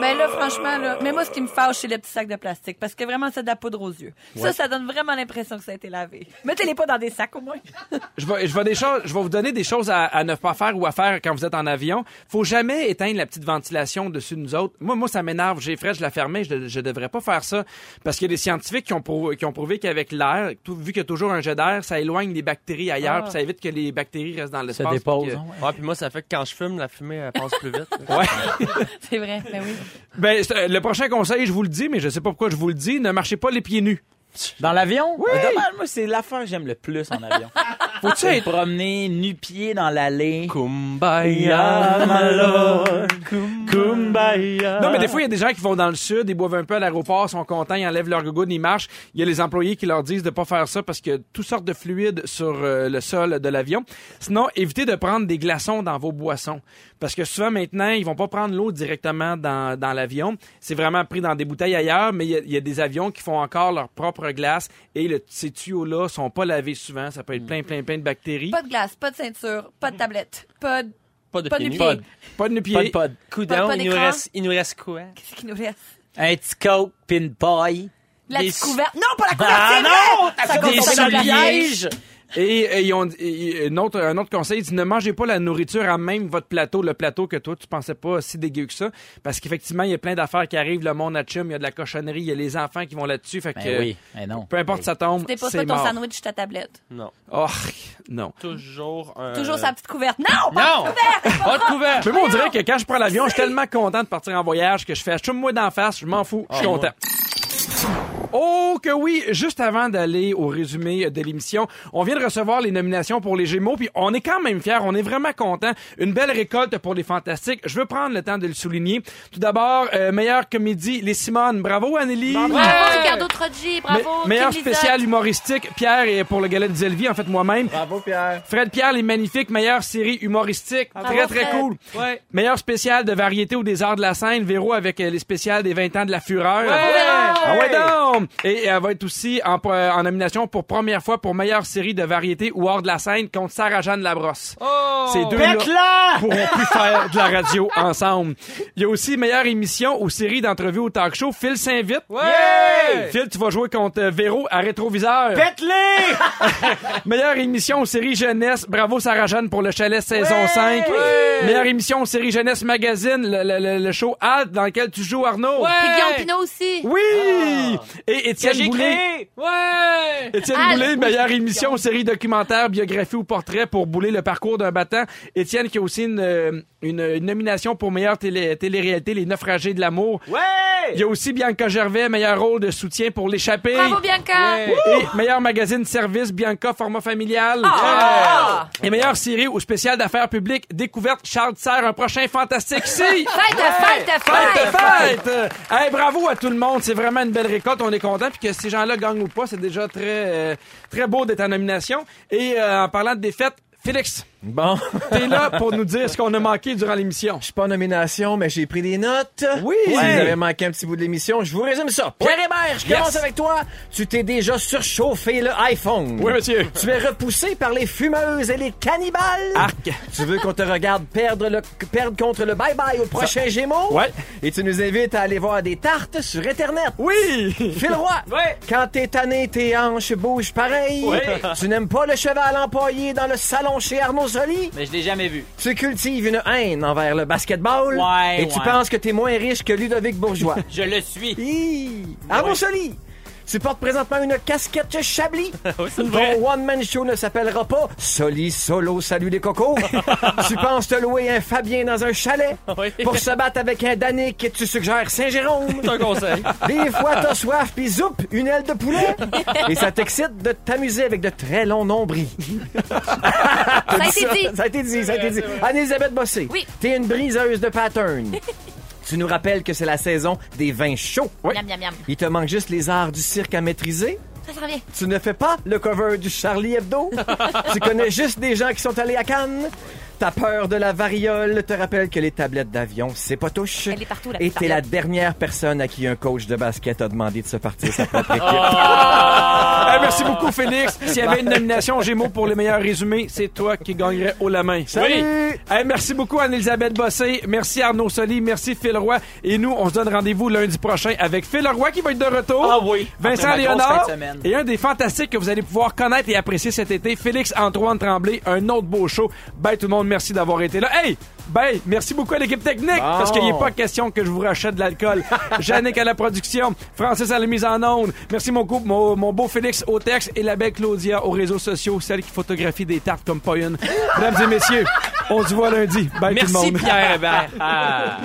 Speaker 4: Ben là, franchement, là, mais moi, ce qui me fâche, c'est les petits sacs de plastique. Parce que vraiment, c'est de la poudre aux yeux. Ça, ça donne vraiment l'impression que ça a été lavé. Mettez-les pas dans des sacs, au moins. »
Speaker 3: Je vais, je vais des choses, je vais vous donner des choses à, à ne pas faire ou à faire quand vous êtes en avion. Faut jamais éteindre la petite ventilation dessus de nous autres. Moi, moi, ça m'énerve. J'ai frais, je la fermais. Je, je devrais pas faire ça parce qu'il y a des scientifiques qui ont, prou- qui ont prouvé qu'avec l'air, tout- vu qu'il y a toujours un jet d'air, ça éloigne les bactéries ailleurs, puis ça évite que les bactéries restent dans
Speaker 7: Se
Speaker 3: l'espace. puis
Speaker 7: dépose.
Speaker 3: que-
Speaker 7: hein, ouais.
Speaker 6: Ouais, puis moi, ça fait que quand je fume, la fumée elle passe plus vite.
Speaker 4: [laughs] C'est vrai, ben oui.
Speaker 3: Ben, c'est, euh, le prochain conseil, je vous le dis, mais je sais pas pourquoi je vous le dis, ne marchez pas les pieds nus.
Speaker 7: Dans l'avion? Oui. Dommage, moi, c'est l'affaire que j'aime le plus en avion. Faut-tu être promené nu-pied dans l'allée?
Speaker 6: Kumbaya,
Speaker 7: my lord, Kumbaya.
Speaker 3: Non, mais des fois, il y a des gens qui vont dans le sud, ils boivent un peu à l'aéroport, sont contents, ils enlèvent leur gogoune, ils marchent. Il y a les employés qui leur disent de pas faire ça parce qu'il y a toutes sortes de fluides sur euh, le sol de l'avion. Sinon, évitez de prendre des glaçons dans vos boissons. Parce que souvent, maintenant, ils vont pas prendre l'eau directement dans, dans l'avion. C'est vraiment pris dans des bouteilles ailleurs, mais il y a- il y, a des avions qui font encore leur propre glace et le- ces tuyaux-là sont pas lavés souvent. Ça peut être plein, plein, plein de bactéries.
Speaker 4: Pas de glace, pas de ceinture, pas de tablette, pas de.
Speaker 6: Pas de
Speaker 4: Pas
Speaker 6: pieds
Speaker 4: de
Speaker 6: nus.
Speaker 4: pieds.
Speaker 3: Pas de
Speaker 7: Pas
Speaker 3: pieds.
Speaker 7: de pod.
Speaker 6: Coudon,
Speaker 4: Pas
Speaker 6: il nous
Speaker 4: d'écran.
Speaker 6: reste, il nous reste quoi?
Speaker 4: Qu'est-ce qui nous reste?
Speaker 7: Un petit coke, pis une paille.
Speaker 4: La
Speaker 6: Des
Speaker 4: petite
Speaker 6: sou-
Speaker 4: couverte. Non, pas la couverte!
Speaker 7: Ah
Speaker 4: c'est
Speaker 7: non!
Speaker 4: vrai!
Speaker 7: T'as
Speaker 4: Ça
Speaker 7: des
Speaker 4: consommer de la neige.
Speaker 7: sous-pièges!
Speaker 3: Et, euh, ils ont, et- et un, autre, un autre conseil, dit ne mangez pas la nourriture à même votre plateau, le plateau que toi, tu pensais pas si dégueu que ça. Parce qu'effectivement, il y a plein d'affaires qui arrivent, le monde à chum, il y a de la cochonnerie, il y a les enfants qui vont là-dessus. Fait que,
Speaker 7: Ben oui, Ben mais non.
Speaker 3: Peu importe, ça tombe.
Speaker 4: Dépose
Speaker 3: c'est
Speaker 4: pas ton
Speaker 3: mort.
Speaker 4: sandwich, ta tablette.
Speaker 6: Non.
Speaker 3: Oh, non.
Speaker 6: Toujours un.
Speaker 4: Toujours sa petite couverte. Non! Pas
Speaker 6: Non! Pas de couvert!
Speaker 3: Mais moi, on dirait que quand je prends l'avion, je suis tellement content de partir en voyage que je fais chum moi d'en face, je m'en fous, je suis
Speaker 6: Ah,
Speaker 3: content. Oh que oui, juste avant d'aller au résumé de l'émission, on vient de recevoir les nominations pour les Gémeaux, puis on est quand même fiers, on est vraiment contents. Une belle récolte pour les Fantastiques. Je veux prendre le temps de le souligner. Tout d'abord, euh, meilleure comédie, les Simones. Bravo Anneli.
Speaker 4: Bravo, Ricardo Troggi, bravo.
Speaker 3: Me- meilleur
Speaker 4: Kim Lizotte.
Speaker 3: spécial humoristique, Pierre est pour le gala de Zelvi, en fait moi-même.
Speaker 9: Bravo, Pierre.
Speaker 3: Fred Pierre, les magnifiques, meilleure série humoristique. très,
Speaker 4: Bravo,
Speaker 3: très
Speaker 4: Fred.
Speaker 3: cool. Meilleur spécial de variété ou des arts de la scène. Véro avec euh, les spéciales des 20 ans de la fureur. Ah ouais donc! Et elle va être aussi en, euh, en nomination pour première fois pour meilleure série de variété ou hors de la scène contre Sarah-Jeanne Labrosse.
Speaker 4: Oh.
Speaker 3: Ces
Speaker 7: Ben
Speaker 3: deux-là [laughs] pourront plus faire de la radio ensemble. Il y a aussi meilleure émission ou série d'entrevues au talk show. Phil s'invite. Phil, tu vas jouer contre euh, Véro à rétroviseur. Meilleure émission aux séries jeunesse. Bravo Sarah Jeanne pour le chalet saison 5. Meilleure émission aux séries jeunesse magazine, le, le- le- le show Ad dans lequel tu joues Arnaud.
Speaker 4: Puis Guillaume Pinot aussi.
Speaker 3: Oui! Et Étienne Boulay.
Speaker 6: Ouais!
Speaker 3: Étienne
Speaker 4: Ah,
Speaker 3: Boulay,
Speaker 4: oui,
Speaker 3: meilleure émission aux séries documentaires, biographies ou portraits pour Boulay, le parcours d'un battant. Étienne qui a aussi une, euh, une- une nomination pour meilleure télé, télé-réalité, Les Naufragés de l'amour. Il y a aussi Bianca Gervais, meilleur rôle de soutien pour L'échappée.
Speaker 4: Bravo, Bianca.
Speaker 3: Et meilleur magazine service, Bianca, format familial.
Speaker 4: Ah!
Speaker 3: Et meilleure série ou spécial d'affaires publiques, découverte Charles Serre, un prochain fantastique si!
Speaker 4: Fête, fête, [laughs] fête.
Speaker 3: Fête, fête! Hey, bravo à tout le monde, c'est vraiment une belle récolte, on est content, puis que ces gens-là gagnent ou pas, c'est déjà très, euh, très beau d'être en nomination. Et euh, en parlant de défaite, Félix,
Speaker 9: Bon,
Speaker 3: [laughs] t'es là pour nous dire ce qu'on a manqué durant l'émission.
Speaker 9: je suis pas en nomination, mais j'ai pris des notes.
Speaker 3: Oui.
Speaker 9: Si vous
Speaker 3: Ouais.
Speaker 9: avez manqué un petit bout de l'émission, je vous résume ça. Pierre Hébert, je commence avec toi. Tu t'es déjà surchauffé le iPhone.
Speaker 3: monsieur.
Speaker 9: Tu es repoussé par les fumeuses et les cannibales.
Speaker 3: Arc.
Speaker 9: Tu veux qu'on te regarde perdre, le, perdre contre le bye-bye au prochain Gémeaux?
Speaker 3: Ouais.
Speaker 9: Et tu nous invites à aller voir des tartes sur Internet.
Speaker 3: Oui!
Speaker 9: Fil roi!
Speaker 3: Ouais.
Speaker 9: Quand t'es tanné, tes hanches bougent pareil.
Speaker 3: Ouais.
Speaker 9: [laughs] Tu n'aimes pas le cheval empaillé dans le salon chez Arnaud Soli.
Speaker 7: Mais je l'ai jamais vu.
Speaker 9: Tu cultives une haine envers le basketball.
Speaker 7: Ouais,
Speaker 9: et tu
Speaker 7: ouais.
Speaker 9: penses que t'es moins riche que Ludovic Bourgeois.
Speaker 7: Je le suis.
Speaker 9: Hi! Arnaud Soli! Tu portes présentement une casquette Chablis. Ton one-man show ne s'appellera pas Soli Solo Salut les
Speaker 6: [laughs]
Speaker 9: cocos. tu penses te louer un Fabien dans un chalet pour se battre avec un Danick et tu suggères Saint-Jérôme.
Speaker 6: C'est un conseil.
Speaker 9: Des fois, t'as soif, puis zoup, une aile de poulet. Et ça t'excite de t'amuser avec de très longs nombrils.
Speaker 4: [laughs] Ça a été dit.
Speaker 9: Ça a été dit, ça a été dit. Anne-Elisabeth Bossé,
Speaker 4: Oui.
Speaker 9: t'es une briseuse de pattern. tu nous rappelles que c'est la saison des vins chauds.
Speaker 4: Miam, miam, miam.
Speaker 9: Il te manque juste les arts du cirque à maîtriser.
Speaker 4: Ça s'en vient.
Speaker 9: Tu ne fais pas le cover du Charlie
Speaker 4: [laughs]
Speaker 9: Hebdo. tu connais juste des gens qui sont allés à Cannes. Ta peur de la variole te rappelle que les tablettes d'avion, c'est pas touche.
Speaker 4: Elle est partout, la
Speaker 9: Et
Speaker 4: petite
Speaker 9: t'es la
Speaker 4: variole.
Speaker 9: dernière personne à qui un coach de basket a demandé de se partir sa propre
Speaker 4: [laughs]
Speaker 9: équipe.
Speaker 7: Ah!
Speaker 3: Hey, Eh, merci beaucoup, Félix. S'il y avait une nomination aux Gémeaux pour le meilleur résumé, c'est toi qui gagnerais haut la main.
Speaker 9: Salut!
Speaker 3: Hey, merci beaucoup, Anne-Elisabeth Bossé. Merci, Arnaud Soli. Merci, Phil Roy. Et nous, on se donne rendez-vous lundi prochain avec Phil Roy qui va être de retour.
Speaker 7: Ah oui.
Speaker 3: Vincent
Speaker 7: Après ma grosse
Speaker 3: Léonard.
Speaker 7: fin de semaine.
Speaker 3: Et un des fantastiques que vous allez pouvoir connaître et apprécier cet été, Félix-Antoine Tremblay. Un autre beau show. Ben, tout le monde, merci d'avoir été là. Hey! Ben, merci beaucoup à l'équipe technique parce qu'il n'est pas question que je vous rachète de l'alcool. Jannick à la production, Francis à la mise en onde. Merci mon couple, mon, mon beau Félix au texte et la belle Claudia aux réseaux sociaux, celle qui photographie des tartes comme pas une. Mesdames et messieurs, on se voit lundi. Bye tout le
Speaker 6: Merci,
Speaker 3: monde.
Speaker 6: Pierre Hébert.
Speaker 7: Ah.